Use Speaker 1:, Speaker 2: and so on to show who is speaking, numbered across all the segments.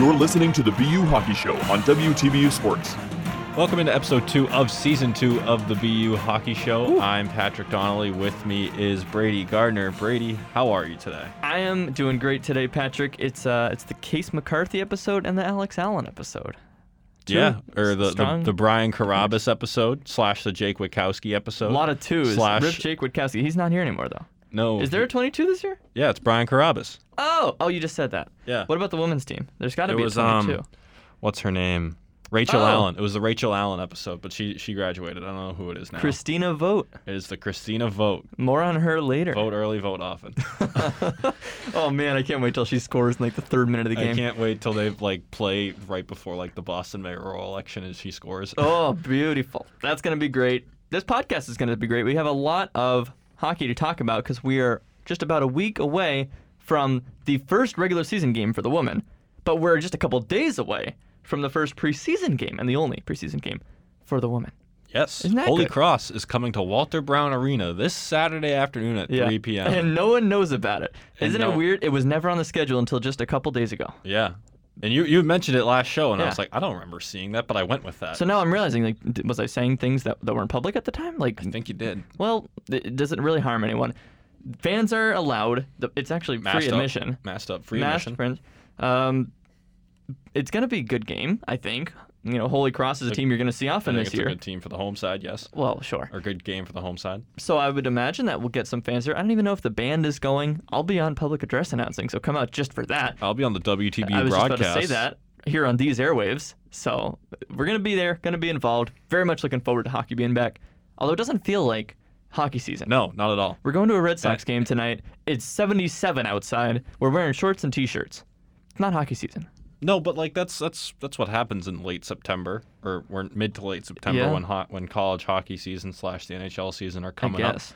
Speaker 1: You're listening to the BU Hockey Show on WTBU Sports.
Speaker 2: Welcome into episode two of season two of the BU Hockey Show. I'm Patrick Donnelly. With me is Brady Gardner. Brady, how are you today?
Speaker 3: I am doing great today, Patrick. It's uh, it's the Case McCarthy episode and the Alex Allen episode. Two
Speaker 2: yeah, or the, the
Speaker 3: strong-
Speaker 2: the Brian Carabas episode slash the Jake Witkowski episode.
Speaker 3: A lot of twos.
Speaker 2: Slash-
Speaker 3: Rip Jake Witkowski. He's not here anymore though.
Speaker 2: no.
Speaker 3: Is there a 22 this year?
Speaker 2: yeah, it's Brian Carabas.
Speaker 3: Oh, oh, you just said that.
Speaker 2: Yeah.
Speaker 3: What about the women's team? There's got to
Speaker 2: It
Speaker 3: be
Speaker 2: was
Speaker 3: a 22.
Speaker 2: um, what's her name? Rachel
Speaker 3: Oh.
Speaker 2: Allen. It was the Rachel Allen episode, but she she graduated. I don't know who it is now.
Speaker 3: Christina Vote.
Speaker 2: it is the Christina vote.
Speaker 3: More on her later.
Speaker 2: Vote early, vote often.
Speaker 3: Oh man, I can't wait till she scores in like the third minute of the
Speaker 2: I
Speaker 3: game.
Speaker 2: can't wait till they like play right before like the Boston mayoral election and she scores.
Speaker 3: Oh, beautiful. That's going to be great. This podcast is going to be great. We have a lot of hockey to talk about because we are just about a week away from the first regular season game for the women, but we're just a couple days away from the first preseason game and the only preseason game for the women.
Speaker 2: Yes.
Speaker 3: Isn't that
Speaker 2: Holy
Speaker 3: good?
Speaker 2: Cross is coming to Walter Brown Arena this Saturday afternoon at 3 p.m.
Speaker 3: And no one knows about it.
Speaker 2: And
Speaker 3: Isn't
Speaker 2: no-
Speaker 3: it weird? It was never on the schedule until just a couple days ago.
Speaker 2: yeah. And you, you mentioned it last show, and I
Speaker 3: Yeah.
Speaker 2: was like, I don't remember seeing that, but I went with that.
Speaker 3: So now I'm realizing, like, d- was I saying things that, that weren't public at the time? Like,
Speaker 2: I think you did.
Speaker 3: Well, it doesn't really harm anyone. Fans are allowed. The- It's actually free
Speaker 2: Masked up.
Speaker 3: admission.
Speaker 2: Masked up. Free
Speaker 3: Masked
Speaker 2: admission.
Speaker 3: friends. Um, it's gonna be a good game, I think. You know, Holy Cross is a team you're gonna see
Speaker 2: I
Speaker 3: often
Speaker 2: think
Speaker 3: this
Speaker 2: it's
Speaker 3: year.
Speaker 2: a good team for the home side, yes.
Speaker 3: Well, sure.
Speaker 2: Or good game for the home side.
Speaker 3: So I would imagine that we'll get some fans there. I don't even know if the band is going. I'll be on public address announcing, so come out just for that.
Speaker 2: I'll be on the WTB
Speaker 3: I was
Speaker 2: Oh, broadcast.
Speaker 3: just about to say that here on these airwaves. So we're gonna be there, gonna be involved. Very much looking forward to hockey being back. Although it doesn't feel like hockey season.
Speaker 2: No, not at all.
Speaker 3: We're going to a Red Sox game tonight. It's 77 outside. We're wearing shorts and t-shirts. It's not hockey season.
Speaker 2: No, but like that's that's that's what happens in late September or we're mid to late September
Speaker 3: Yeah.
Speaker 2: when hot when college hockey season slash the NHL season are coming
Speaker 3: I guess.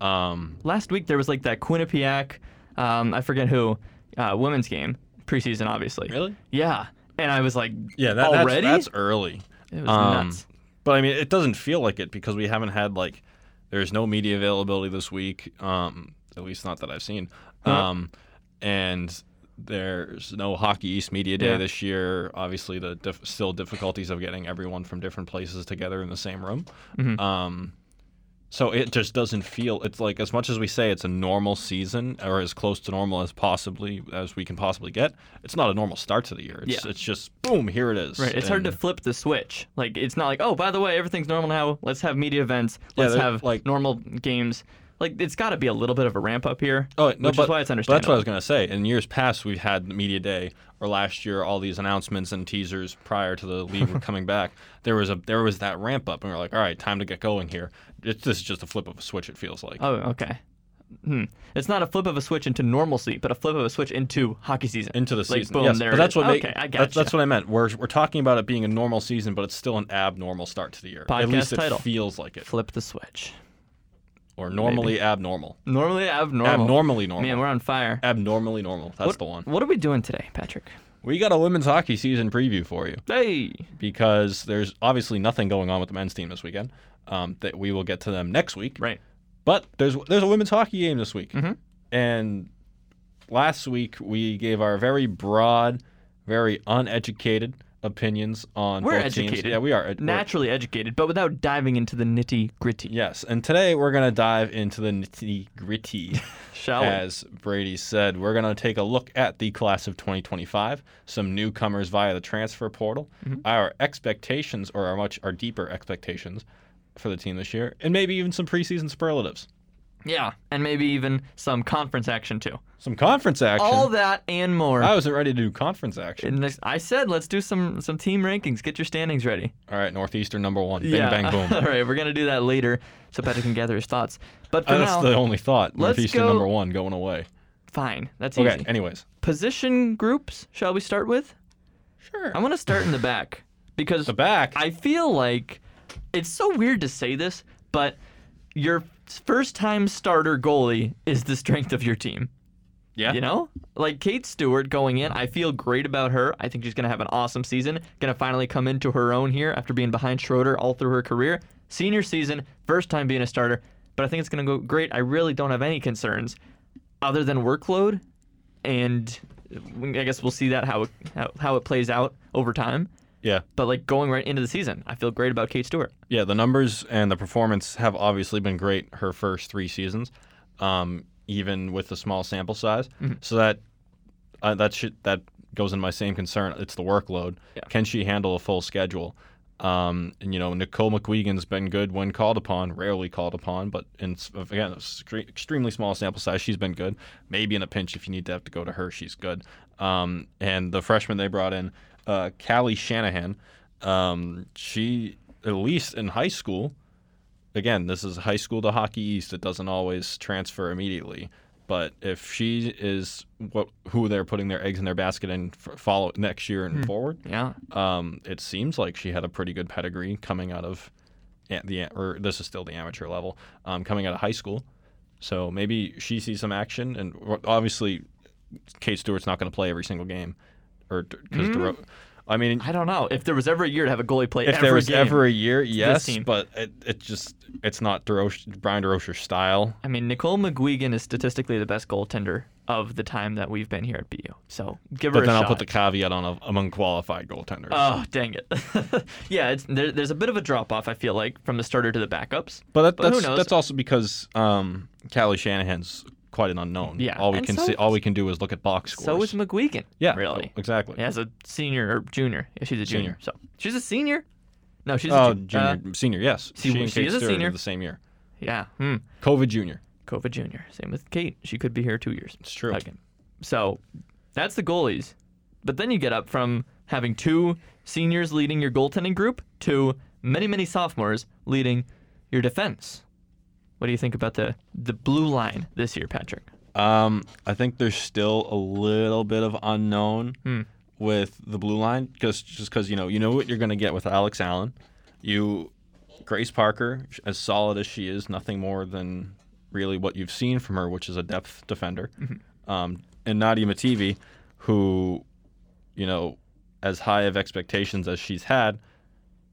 Speaker 2: up. Um,
Speaker 3: Last week there was like that Quinnipiac, um, I forget who, uh, women's game preseason, obviously.
Speaker 2: Really?
Speaker 3: Yeah. And I was like,
Speaker 2: yeah, that, that's-
Speaker 3: already?
Speaker 2: that's early.
Speaker 3: it was
Speaker 2: Um,
Speaker 3: nuts.
Speaker 2: But I mean, it doesn't feel like it because we haven't had like there's no media availability this week, um, at least not that I've seen. Um, and there's no Hockey East Media Day
Speaker 3: Yeah.
Speaker 2: this year. Obviously, the dif- still difficulties of getting everyone from different places together in the same room.
Speaker 3: Mm-hmm.
Speaker 2: Um, so it just doesn't feel it's like as much as we say it's a normal season or as close to normal as possibly as we can possibly get. It's not a normal start to the year. It's,
Speaker 3: Yeah.
Speaker 2: it's just boom, here it is.
Speaker 3: Right. It's hard to
Speaker 2: And-
Speaker 3: flip the switch. Like it's not like, oh, by the way, everything's normal now. Let's have media events.
Speaker 2: Yeah,
Speaker 3: Let's
Speaker 2: they're,
Speaker 3: have
Speaker 2: like-
Speaker 3: normal games. Like it's got to be a little bit of a ramp up here.
Speaker 2: Oh, no,
Speaker 3: which
Speaker 2: but,
Speaker 3: is why it's
Speaker 2: but That's what I
Speaker 3: understandable.
Speaker 2: was going to say. In years past, we've had media day, or last year, all these announcements and teasers prior to the league coming back. There was a there was that ramp up, and we are like, all right, time to get going here. It's this is just a flip of a switch. It feels like.
Speaker 3: oh, okay. Hmm. It's not a flip of a switch into normalcy, but a flip of a switch into hockey season.
Speaker 2: into the
Speaker 3: like,
Speaker 2: season,
Speaker 3: Boom,
Speaker 2: yes,
Speaker 3: there
Speaker 2: but
Speaker 3: it
Speaker 2: that's
Speaker 3: is.
Speaker 2: what make-
Speaker 3: okay, I
Speaker 2: that-
Speaker 3: got
Speaker 2: that's what I meant. We're, we're talking about it being a normal season, but it's still an abnormal start to the year. At
Speaker 3: Podcast
Speaker 2: least it
Speaker 3: title.
Speaker 2: feels like it,
Speaker 3: flip the switch.
Speaker 2: or normally abnormal,
Speaker 3: Normally abnormal.
Speaker 2: abnormally normal,
Speaker 3: Man, we're on fire.
Speaker 2: abnormally normal. That's
Speaker 3: What-
Speaker 2: the one.
Speaker 3: What are we doing today, Patrick?
Speaker 2: We got a women's hockey season preview for you.
Speaker 3: Hey.
Speaker 2: because there's obviously nothing going on with the men's team this weekend. Um, that we will get to them next week.
Speaker 3: Right. Mm-hmm.
Speaker 2: But there's there's a women's hockey game this week, and last week we gave our very broad, very uneducated opinions on
Speaker 3: We're
Speaker 2: both teams.
Speaker 3: educated.
Speaker 2: Yeah, we are. We're-
Speaker 3: Naturally educated, but without diving into the nitty gritty.
Speaker 2: Yes, and today we're gonna dive into the nitty gritty.
Speaker 3: Shall we?
Speaker 2: As Brady said, we're going to take a look at the class of 2025, some newcomers via the transfer portal,
Speaker 3: Mm-hmm.
Speaker 2: our expectations, or our much our deeper expectations for the team this year, and maybe even some preseason superlatives,
Speaker 3: Yeah, and maybe even some conference action too.
Speaker 2: some conference action.
Speaker 3: All that and more.
Speaker 2: I wasn't ready to do conference action.
Speaker 3: And next- I said let's do some some team rankings. Get your standings ready.
Speaker 2: All right, Northeastern number one. Bing
Speaker 3: yeah.
Speaker 2: bang boom.
Speaker 3: All right, we're gonna do that later, so Patrick can gather his thoughts. But for
Speaker 2: Uh, That's
Speaker 3: now,
Speaker 2: the only thought.
Speaker 3: let's
Speaker 2: Northeastern
Speaker 3: go-
Speaker 2: number one going away.
Speaker 3: fine. That's
Speaker 2: Okay.
Speaker 3: easy.
Speaker 2: Anyways.
Speaker 3: Position groups. Shall we start with?
Speaker 2: Sure.
Speaker 3: I want to start in the back because
Speaker 2: The back.
Speaker 3: I feel like it's so weird to say this, but your first time starter goalie is the strength of your team.
Speaker 2: yeah.
Speaker 3: You know? Like Kate Stewart going in, I feel great about her. I think she's going to have an awesome season. Going to finally come into her own here after being behind Schroeder all through her career. Senior season, first time being a starter, but I think it's going to go great. I really don't have any concerns other than workload and we- I guess we'll see that how it, how, how it plays out over time.
Speaker 2: Yeah.
Speaker 3: But like going right into the season, I feel great about Kate Stewart.
Speaker 2: Yeah, the numbers and the performance have obviously been great her first three seasons, um, even with the small sample size. So that uh, that should, that goes in my same concern. It's the workload.
Speaker 3: Yeah.
Speaker 2: Can she handle a full schedule? Um, and you know, Nicole McWegan's been good when called upon, rarely called upon, but in s- again, a scre- extremely small sample size, she's been good. Maybe in a pinch, if you need to have to go to her, she's good. Um, and the freshman they brought in, uh, Callie Shanahan, um, she at least in high school again, this is high school to hockey east. It doesn't always transfer immediately. But if she is what who they're putting their eggs in their basket and f- follow next year and forward,
Speaker 3: Yeah.
Speaker 2: um, it seems like she had a pretty good pedigree coming out of a- the or this is still the amateur level, um, coming out of high school. So maybe she sees some action, and w- obviously, Kate Stewart's not going to play every single game, or because I mean,
Speaker 3: I don't know. If there was ever a year to have a goalie play
Speaker 2: if
Speaker 3: every
Speaker 2: there was
Speaker 3: game,
Speaker 2: ever a year, yes,
Speaker 3: team.
Speaker 2: but it, it just it's not DeRoche, Brian DeRocher's style.
Speaker 3: I mean, Nicole McGuigan is statistically the best goaltender of the time that we've been here at BU. So give her
Speaker 2: But
Speaker 3: a
Speaker 2: then
Speaker 3: shot.
Speaker 2: I'll put the caveat on a, among qualified goaltenders.
Speaker 3: Oh dang it! yeah, it's, there, there's a bit of a drop off. I feel like from the starter to the backups.
Speaker 2: but that,
Speaker 3: but who
Speaker 2: that's
Speaker 3: knows?
Speaker 2: that's also because um, Callie Shanahan's quite an unknown.
Speaker 3: Yeah,
Speaker 2: all we
Speaker 3: and
Speaker 2: can
Speaker 3: so-
Speaker 2: see, all we can do is look at box scores.
Speaker 3: so is McGuigan.
Speaker 2: yeah, oh,
Speaker 3: really.
Speaker 2: exactly.
Speaker 3: As a senior or junior. Yeah, she's a junior.
Speaker 2: Senior.
Speaker 3: So she's a senior. No, she's
Speaker 2: Oh,
Speaker 3: a junior.
Speaker 2: junior, senior, yes.
Speaker 3: uh, she-
Speaker 2: and
Speaker 3: she
Speaker 2: Kate
Speaker 3: is a
Speaker 2: Stewart are
Speaker 3: senior.
Speaker 2: The same year.
Speaker 3: yeah. Hmm.
Speaker 2: COVID junior.
Speaker 3: Kova Jr. Same with Kate. She could be here two years.
Speaker 2: It's true.
Speaker 3: Again. So that's the goalies. But then you get up from having two seniors leading your goaltending group to many, many sophomores leading your defense. What do you think about the, the blue line this year, Patrick?
Speaker 2: Um, I think there's still a little bit of unknown with the blue line because just because you know you know what you're gonna get with Alex Allen, you Grace Parker sh- as solid as she is, nothing more than really what you've seen from her, which is a depth defender, um, and Nadia Mativi, who you know as high of expectations as she's had.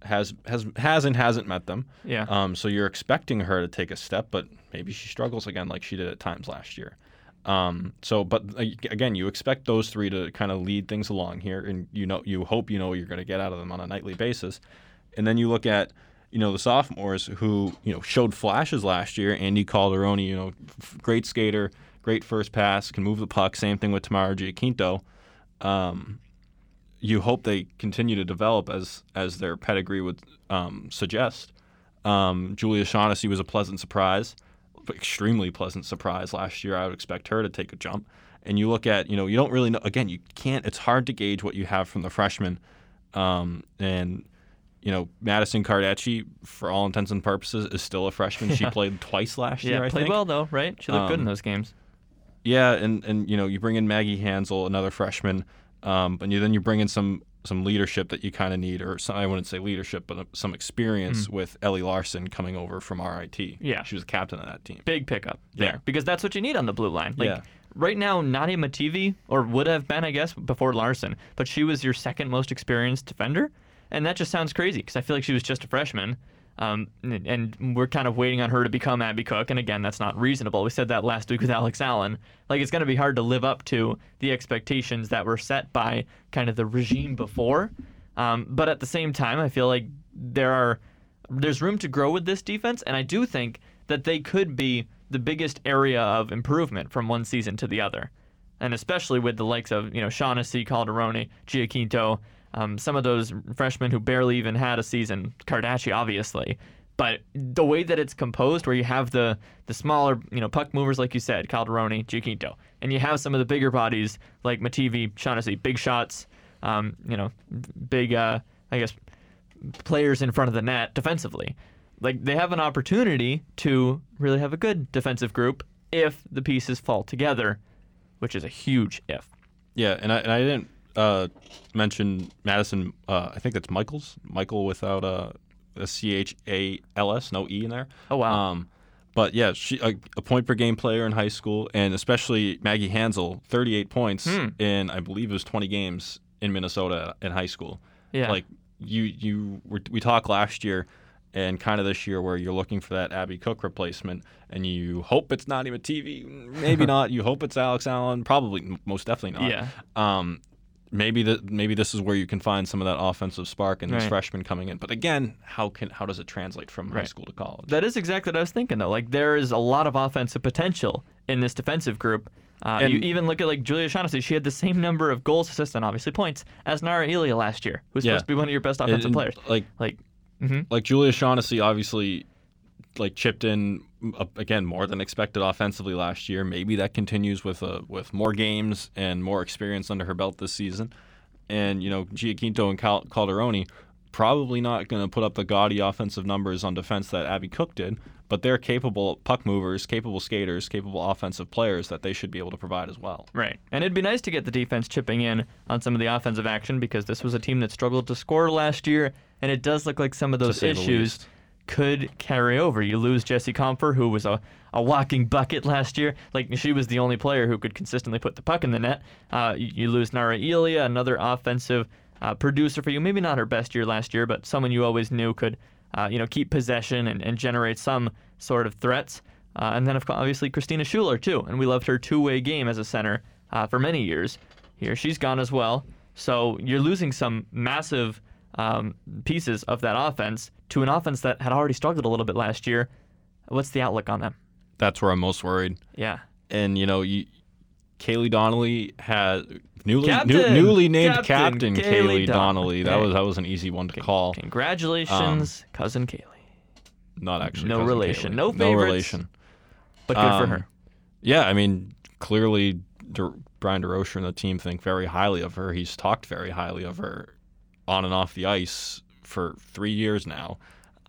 Speaker 2: Has has has and hasn't met them.
Speaker 3: Yeah.
Speaker 2: Um. So you're expecting her to take a step, but maybe she struggles again, like she did at times last year. Um, so, but uh, again, you expect those three to kind of lead things along here, and you know, you hope you know what you're going to get out of them on a nightly basis. And then you look at, you know, the sophomores who you know showed flashes last year. Andy Calderoni, you know, f- great skater, great first pass, can move the puck. Same thing with Tamara Giaquinto. Um, you hope they continue to develop as as their pedigree would um, suggest. Um, Julia Shaughnessy was a pleasant surprise, extremely pleasant surprise last year. I would expect her to take a jump. And you look at, you know, you don't really know. Again, you can't. It's hard to gauge what you have from the freshmen. Um, and you know, Madison Cardachi, for all intents and purposes, is still a freshman. She played twice last
Speaker 3: Yeah,
Speaker 2: year. I
Speaker 3: played
Speaker 2: think.
Speaker 3: well, though, right? She looked good in
Speaker 2: Um,
Speaker 3: those games.
Speaker 2: Yeah, and and you know you bring in Maggie Hansel, another freshman, um, and you, then you bring in some some leadership that you kind of need, or some, I wouldn't say leadership, but uh, some experience with Ellie Larson coming over from RIT.
Speaker 3: Yeah.
Speaker 2: she was captain of that team.
Speaker 3: big pickup there
Speaker 2: Yeah.
Speaker 3: because that's what you need on the blue line. Like
Speaker 2: Yeah.
Speaker 3: right now, Nadia Mativi, or would have been, I guess, before Larson, but she was your second most experienced defender, and that just sounds crazy because I feel like she was just a freshman. Um, and, and we're kind of waiting on her to become Abby Cook, and again, that's not reasonable. We said that last week with Alex Allen. Like it's going to be hard to live up to the expectations that were set by kind of the regime before. Um, but at the same time, I feel like there are there's room to grow with this defense, and I do think that they could be the biggest area of improvement from one season to the other, and especially with the likes of you know Shaughnessy, Calderoni, Giaquinto, um, some of those freshmen who barely even had a season, Kardashian obviously. But the way that it's composed, where you have the the smaller, you know, puck movers like you said, Calderoni, Giaquinto, and you have some of the bigger bodies like Mativi, Shaughnessy, big shots, um, you know, big, uh, I guess, players in front of the net defensively. Like they have an opportunity to really have a good defensive group if the pieces fall together, which is a huge if.
Speaker 2: Yeah, and I, and I didn't uh, mention Madison. Uh, I think that's Michaels. Michael without a, a C H A L S, no E in there.
Speaker 3: Oh, wow.
Speaker 2: Um, but yeah, she a, a point per game player in high school, and especially Maggie Hansel, thirty eight points
Speaker 3: Hmm.
Speaker 2: in I believe it was twenty games in Minnesota in high school.
Speaker 3: Yeah.
Speaker 2: like you you were, we talked last year and kind of this year where you're looking for that Abby Cook replacement and you hope it's not even TV, maybe not. You hope it's Alex Allen, probably m- most definitely not.
Speaker 3: Yeah.
Speaker 2: Um, maybe the, maybe this is where you can find some of that offensive spark in these
Speaker 3: Right.
Speaker 2: freshmen coming in. But again, how can how does it translate from high
Speaker 3: Right.
Speaker 2: school to college?
Speaker 3: That is exactly what I was thinking, though. Like, there is a lot of offensive potential in this defensive group. Uh,
Speaker 2: And-
Speaker 3: you even look at like Julia Shaughnessy; she had the same number of goals, assists, and obviously points as Nara Elia last year, who's
Speaker 2: Yeah.
Speaker 3: supposed to be one of your best offensive
Speaker 2: And-
Speaker 3: players.
Speaker 2: Like
Speaker 3: Like,
Speaker 2: like Julia Shaughnessy obviously like chipped in m- uh, again more than expected offensively last year. Maybe that continues with uh, with more games and more experience under her belt this season. And you know Giaquinto and Cal- Calderoni probably not going to put up the gaudy offensive numbers on defense that Abby Cook did, but they're capable puck movers, capable skaters, capable offensive players that they should be able to provide as well.
Speaker 3: Right. And it'd be nice to get the defense chipping in on some of the offensive action because this was a team that struggled to score last year, and it does look like some of those
Speaker 2: say the
Speaker 3: issues
Speaker 2: least.
Speaker 3: could carry over. You lose Jesse Comfer, who was a, a walking bucket last year. Like, she was the only player who could consistently put the puck in the net. Uh, you, you lose Nara Elia, another offensive uh, producer for you. Maybe not her best year last year, but someone you always knew could, uh, you know, keep possession and, and generate some sort of threats. Uh, and then of co- obviously Christina Schuler too, and we loved her two-way game as a center uh, for many years. Here she's gone as well. So you're losing some massive um, pieces of that offense to an offense that had already struggled a little bit last year. What's the outlook on them?
Speaker 2: That's where I'm most worried.
Speaker 3: Yeah,
Speaker 2: and you know, you, Kaylee Donnelly has newly new-
Speaker 3: Captain!
Speaker 2: newly named Captain,
Speaker 3: Captain Kaylee
Speaker 2: Kaylee, Donnelly. That
Speaker 3: Donnelly.
Speaker 2: was that was an easy one to call. Um,
Speaker 3: congratulations, cousin Kaylee.
Speaker 2: Not actually
Speaker 3: No
Speaker 2: cousin
Speaker 3: relation.
Speaker 2: Kaylee.
Speaker 3: No
Speaker 2: no
Speaker 3: favorites.
Speaker 2: relation.
Speaker 3: But good for
Speaker 2: Um,
Speaker 3: her.
Speaker 2: Yeah, I mean, clearly De- Brian DeRocher and the team think very highly of her. He's talked very highly of her on and off the ice for three years now.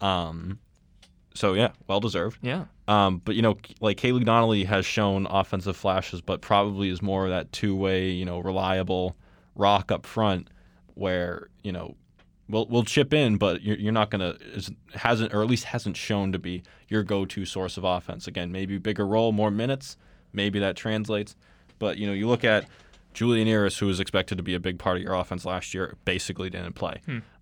Speaker 2: Um, so yeah, well deserved.
Speaker 3: Yeah,
Speaker 2: Um, but you know, like Kaylee Donnelly has shown offensive flashes, but probably is more of that two-way, you know, reliable rock up front, where you know, we'll we'll chip in, but you're, you're not gonna is, hasn't or at least hasn't shown to be your go-to source of offense. Again, maybe bigger role, more minutes, maybe that translates. But you know, you look at Julian Eris, who was expected to be a big part of your offense last year, basically didn't play,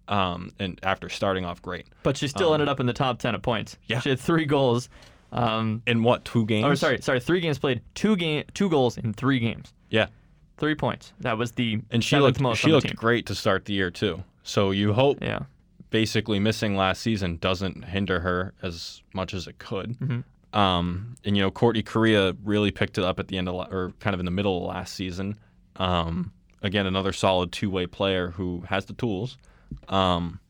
Speaker 2: um, and after starting off great
Speaker 3: but she still ended up in the top ten of points.
Speaker 2: um, yeah.
Speaker 3: she had three goals. Um,
Speaker 2: in what two games?
Speaker 3: or sorry, sorry, three games played, two game, two goals in three games.
Speaker 2: yeah.
Speaker 3: Three points. That was the
Speaker 2: and she
Speaker 3: seventh
Speaker 2: looked
Speaker 3: most
Speaker 2: she
Speaker 3: on the
Speaker 2: looked
Speaker 3: team.
Speaker 2: great to start the year too. So you hope
Speaker 3: Yeah.
Speaker 2: basically missing last season doesn't hinder her as much as it could.
Speaker 3: Mm-hmm.
Speaker 2: Um, and you know Courtney Korea really picked it up at the end of la- or kind of in the middle of last season. Um, again, another solid two way player who has the tools. Um,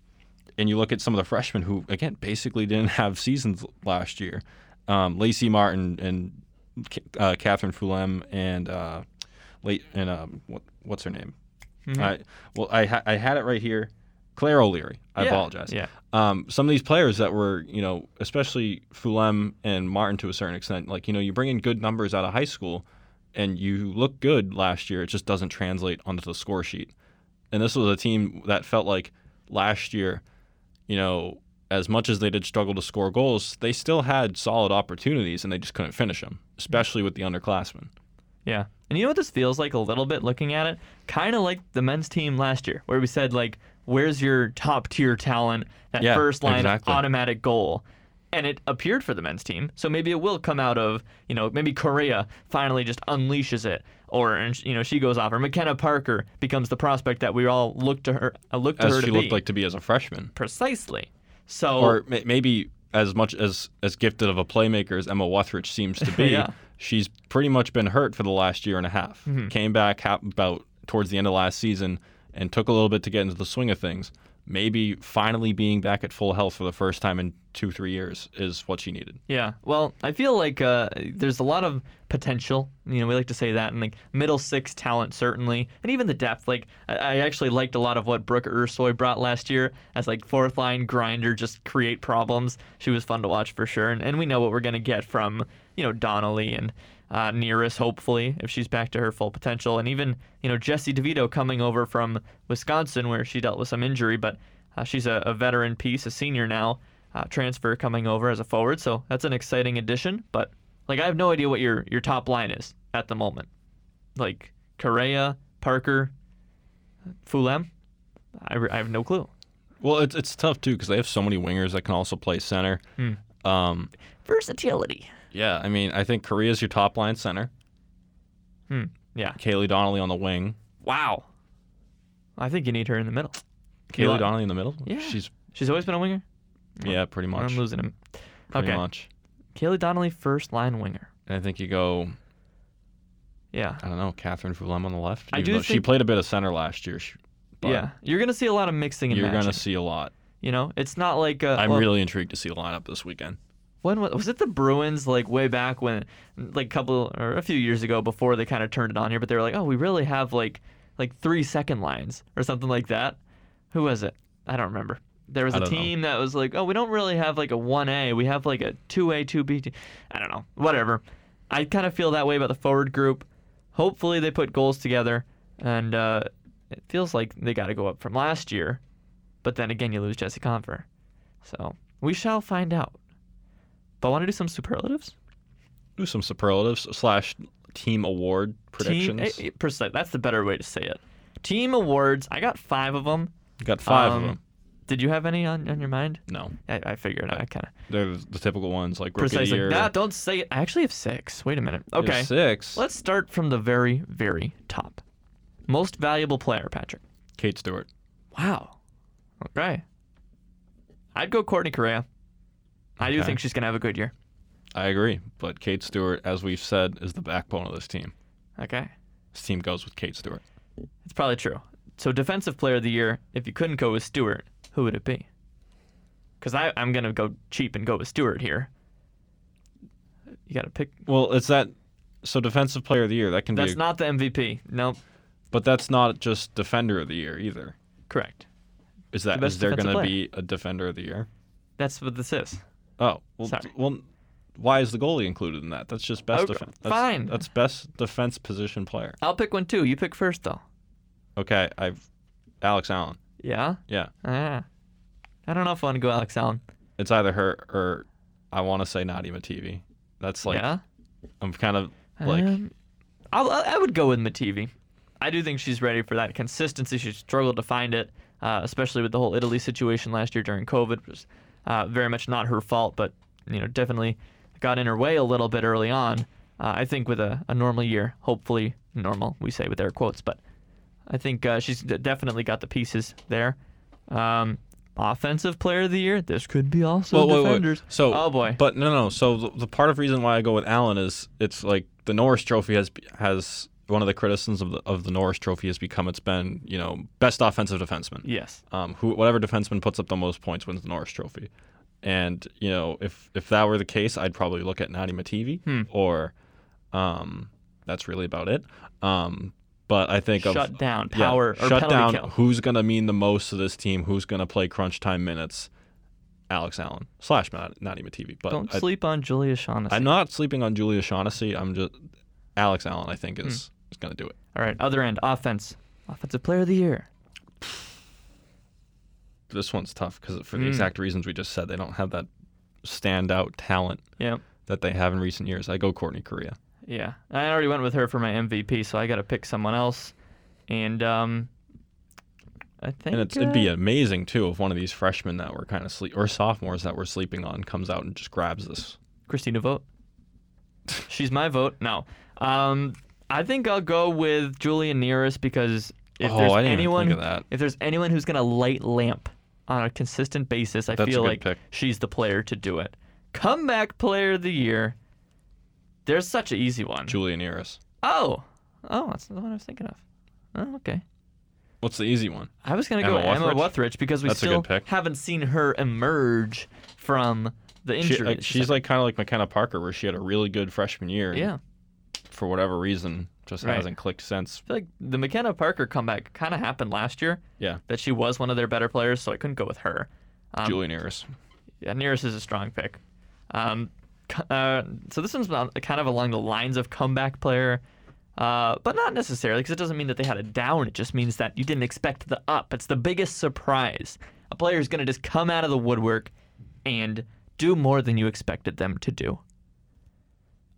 Speaker 2: and you look at some of the freshmen who again basically didn't have seasons last year. Um, Lacey Martin and Ca- uh, Catherine Fulem and uh, late and um, what, what's her name?
Speaker 3: Mm-hmm.
Speaker 2: I, well, I ha- I had it right here. Claire O'Leary. I
Speaker 3: Yeah,
Speaker 2: apologize.
Speaker 3: yeah.
Speaker 2: Um, some of these players that were, you know, especially Fulem and Martin to a certain extent, like you know, you bring in good numbers out of high school, and you look good last year. It just doesn't translate onto the score sheet. And this was a team that felt like last year, you know, as much as they did struggle to score goals, they still had solid opportunities and they just couldn't finish them, especially with the underclassmen.
Speaker 3: Yeah. And you know what this feels like a little bit looking at it? Kind of like the men's team last year, where we said, like, where's your top tier talent, that
Speaker 2: Yeah,
Speaker 3: first line
Speaker 2: exactly.
Speaker 3: automatic goal? And it appeared for the men's team. So maybe it will come out of, you know, maybe Korea finally just unleashes it. Or, and sh- you know, she goes off. Or McKenna Parker becomes the prospect that we all look to her, uh, look to
Speaker 2: As
Speaker 3: her
Speaker 2: she
Speaker 3: to
Speaker 2: looked
Speaker 3: be.
Speaker 2: like to be as a freshman.
Speaker 3: Precisely. So,
Speaker 2: or ma- maybe as much as as gifted of a playmaker as Emma Wethridge seems to be,
Speaker 3: Yeah. Mm-hmm.
Speaker 2: she's pretty much been hurt for the last year and a half. Came back hap- about towards the end of last season and took a little bit to get into the swing of things. Maybe finally being back at full health for the first time in two three years is what she needed.
Speaker 3: Yeah. Well, I feel like uh, there's a lot of potential. You know, we like to say that, and like middle six talent certainly, and even the depth. Like, I, I actually liked a lot of what Brooke Ursoy brought last year as like fourth line grinder, just create problems. She was fun to watch for sure, and, and we know what we're gonna get from you know Donnelly and uh, Nearest, hopefully, if she's back to her full potential. And even, you know, Jessie DeVito coming over from Wisconsin, where she dealt with some injury, but uh, she's a, a veteran piece, a senior now, uh, transfer coming over as a forward. So that's an exciting addition. But, like, I have no idea what your, your top line is at the moment. Like, Correa, Parker, Fulham, I, re- I have no clue.
Speaker 2: Well, it's it's tough too because they have so many wingers that can also play center.
Speaker 3: Hmm.
Speaker 2: Um,
Speaker 3: Versatility.
Speaker 2: yeah, I mean, I think Korea's your top line center.
Speaker 3: Yeah.
Speaker 2: Kaylee Donnelly on the wing.
Speaker 3: Wow. I think you need her in the middle.
Speaker 2: Kaylee
Speaker 3: Yeah.
Speaker 2: Donnelly in the middle.
Speaker 3: Yeah.
Speaker 2: she's
Speaker 3: She's always been a winger.
Speaker 2: yeah, pretty much.
Speaker 3: I'm losing him.
Speaker 2: Pretty
Speaker 3: okay.
Speaker 2: much.
Speaker 3: Kaylee Donnelly, first line winger.
Speaker 2: And I think you go.
Speaker 3: Yeah.
Speaker 2: I don't know, Catherine Fulem on the left.
Speaker 3: I
Speaker 2: even
Speaker 3: do
Speaker 2: though she
Speaker 3: think-
Speaker 2: played a bit of center last year. She, but
Speaker 3: yeah. You're going to see a lot of mixing and
Speaker 2: you're
Speaker 3: matching.
Speaker 2: gonna see a lot.
Speaker 3: You know, it's not like. Uh,
Speaker 2: I'm
Speaker 3: well,
Speaker 2: really intrigued to see the lineup this weekend.
Speaker 3: When was, was it the Bruins, like way back when, like a couple or a few years ago before they kind of turned it on here, but they were like, oh, we really have like like three second lines or something like that. Who was it? I don't remember. There was
Speaker 2: I
Speaker 3: a
Speaker 2: don't know.
Speaker 3: team that was like, oh, we don't really have like a 1A. We have like a 2A, 2B. T-. I don't know. Whatever. I kind of feel that way about the forward group. Hopefully they put goals together. And uh, it feels like they got to go up from last year. But then again, you lose Jesse Confer. So we shall find out. But want to do some superlatives?
Speaker 2: Do some superlatives slash team award
Speaker 3: Team,
Speaker 2: predictions.
Speaker 3: eh, eh, precise. That's the better way to say it. Team awards. I got five of them.
Speaker 2: Got five
Speaker 3: Um,
Speaker 2: of them.
Speaker 3: Did you have any on, on your mind?
Speaker 2: No,
Speaker 3: I, I figured. I kind of
Speaker 2: they're the typical ones like rookie of the
Speaker 3: precisely.
Speaker 2: year.
Speaker 3: Nah, don't say it. I actually have six. Wait a minute.
Speaker 2: you have
Speaker 3: Okay.
Speaker 2: six.
Speaker 3: Let's start from the very, very top. Most valuable player, Patrick.
Speaker 2: Kate Stewart.
Speaker 3: Wow. Okay. I'd go Courtney Correa. I do
Speaker 2: Okay.
Speaker 3: think she's gonna have a good year.
Speaker 2: I agree, but Kate Stewart, as we've said, is the backbone of this team.
Speaker 3: Okay.
Speaker 2: This team goes with Kate Stewart.
Speaker 3: It's probably true. So defensive player of the year, if you couldn't go with Stewart, who would it be? Because I'm gonna go cheap and go with Stewart here. You gotta pick.
Speaker 2: Well, it's that. So defensive player of the year that can
Speaker 3: That's
Speaker 2: be,
Speaker 3: not the MVP. No,
Speaker 2: but that's not just defender of the year either.
Speaker 3: correct.
Speaker 2: Is that
Speaker 3: The
Speaker 2: is
Speaker 3: best
Speaker 2: there
Speaker 3: defensive
Speaker 2: going to
Speaker 3: player.
Speaker 2: be a defender of the year?
Speaker 3: That's what this is.
Speaker 2: Oh, well,
Speaker 3: Sorry.
Speaker 2: well, why is the goalie included in that? That's just best
Speaker 3: Okay,
Speaker 2: defense. That's,
Speaker 3: fine.
Speaker 2: That's best defense position player.
Speaker 3: I'll pick one too. You pick first though.
Speaker 2: Okay, I've Alex Allen.
Speaker 3: Yeah.
Speaker 2: Yeah,
Speaker 3: Ah. I don't know if I want to go Alex Allen.
Speaker 2: it's either her or I want to say Nadia Mativi. That's like
Speaker 3: yeah.
Speaker 2: I'm kind of like
Speaker 3: Um, I'll, I I would go with Mativi. I do think she's ready for that consistency. She struggled to find it, uh, especially with the whole Italy situation last year during COVID, which was uh, very much not her fault, but you know definitely got in her way a little bit early on. Uh, I think with a, a normal year, hopefully normal, we say with air quotes, but I think uh, she's d- definitely got the pieces there. Um, offensive player of the year. This could be also
Speaker 2: Well, wait, wait.
Speaker 3: defenders.
Speaker 2: So,
Speaker 3: oh boy,
Speaker 2: But no, no. So the, the part of reason why I go with Allen is it's like the Norris Trophy has has one of the criticisms of the of the Norris Trophy has become it's been you know best offensive defenseman.
Speaker 3: yes,
Speaker 2: Um, who whatever defenseman puts up the most points wins the Norris Trophy. And you know if if that were the case, I'd probably look at Nadi Mativi
Speaker 3: Hmm.
Speaker 2: or, um, that's really about it. Um, but I think of
Speaker 3: shut down
Speaker 2: yeah,
Speaker 3: power or
Speaker 2: shut
Speaker 3: penalty
Speaker 2: down.
Speaker 3: kill.
Speaker 2: Who's gonna mean the most to this team? Who's gonna play crunch time minutes? Alex Allen slash not, not even TV, but
Speaker 3: Don't
Speaker 2: I,
Speaker 3: sleep on Julia Shaughnessy.
Speaker 2: am not sleeping on Julia Shaughnessy. I'm just Alex Allen. I think is
Speaker 3: Hmm.
Speaker 2: is gonna do it.
Speaker 3: All right, other end, offense. Offensive player of the year.
Speaker 2: This one's tough because
Speaker 3: Hmm.
Speaker 2: for the exact reasons we just said, they don't have that standout talent
Speaker 3: Yeah.
Speaker 2: that they have in recent years. I go Courtney Korea.
Speaker 3: Yeah. I already went with her for my MVP, so I got to pick someone else. And um I think
Speaker 2: And it's, it'd be
Speaker 3: uh,
Speaker 2: amazing too if one of these freshmen that we're kind of sleep or sophomores that we're sleeping on comes out and just grabs this.
Speaker 3: Hmm. Christina vote. She's my vote. No. Um I think I'll go with Julia Nearest because if
Speaker 2: Oh,
Speaker 3: there's
Speaker 2: I didn't even
Speaker 3: anyone
Speaker 2: think of that.
Speaker 3: if there's anyone who's going to light lamp on a consistent basis, I
Speaker 2: That's a
Speaker 3: feel
Speaker 2: good
Speaker 3: like
Speaker 2: pick.
Speaker 3: she's the player to do it. Comeback player of the year. There's such an easy one.
Speaker 2: Julia Neris.
Speaker 3: Oh, oh, that's not the one I was thinking of. Oh, okay.
Speaker 2: What's the easy one?
Speaker 3: I was gonna go
Speaker 2: Emma
Speaker 3: Emma
Speaker 2: Wutheridge?
Speaker 3: Wuthridge because we
Speaker 2: That's a good
Speaker 3: still
Speaker 2: pick.
Speaker 3: haven't seen her emerge from the
Speaker 2: She-
Speaker 3: injury.
Speaker 2: like, she's like kind of like McKenna Parker, where she had a really good freshman year. and
Speaker 3: yeah.
Speaker 2: For whatever reason, just
Speaker 3: Right.
Speaker 2: hasn't clicked since.
Speaker 3: I feel like the McKenna Parker comeback kind of happened last year.
Speaker 2: Yeah.
Speaker 3: That she was one of their better players, so I couldn't go with her. Um,
Speaker 2: Julie Neris.
Speaker 3: Yeah, Nearest is a strong pick. Um, c- uh, so this one's about- kind of along the lines of comeback player, uh, but not necessarily because it doesn't mean that they had a down. It just means that you didn't expect the up. It's the biggest surprise. A player is going to just come out of the woodwork and do more than you expected them to do.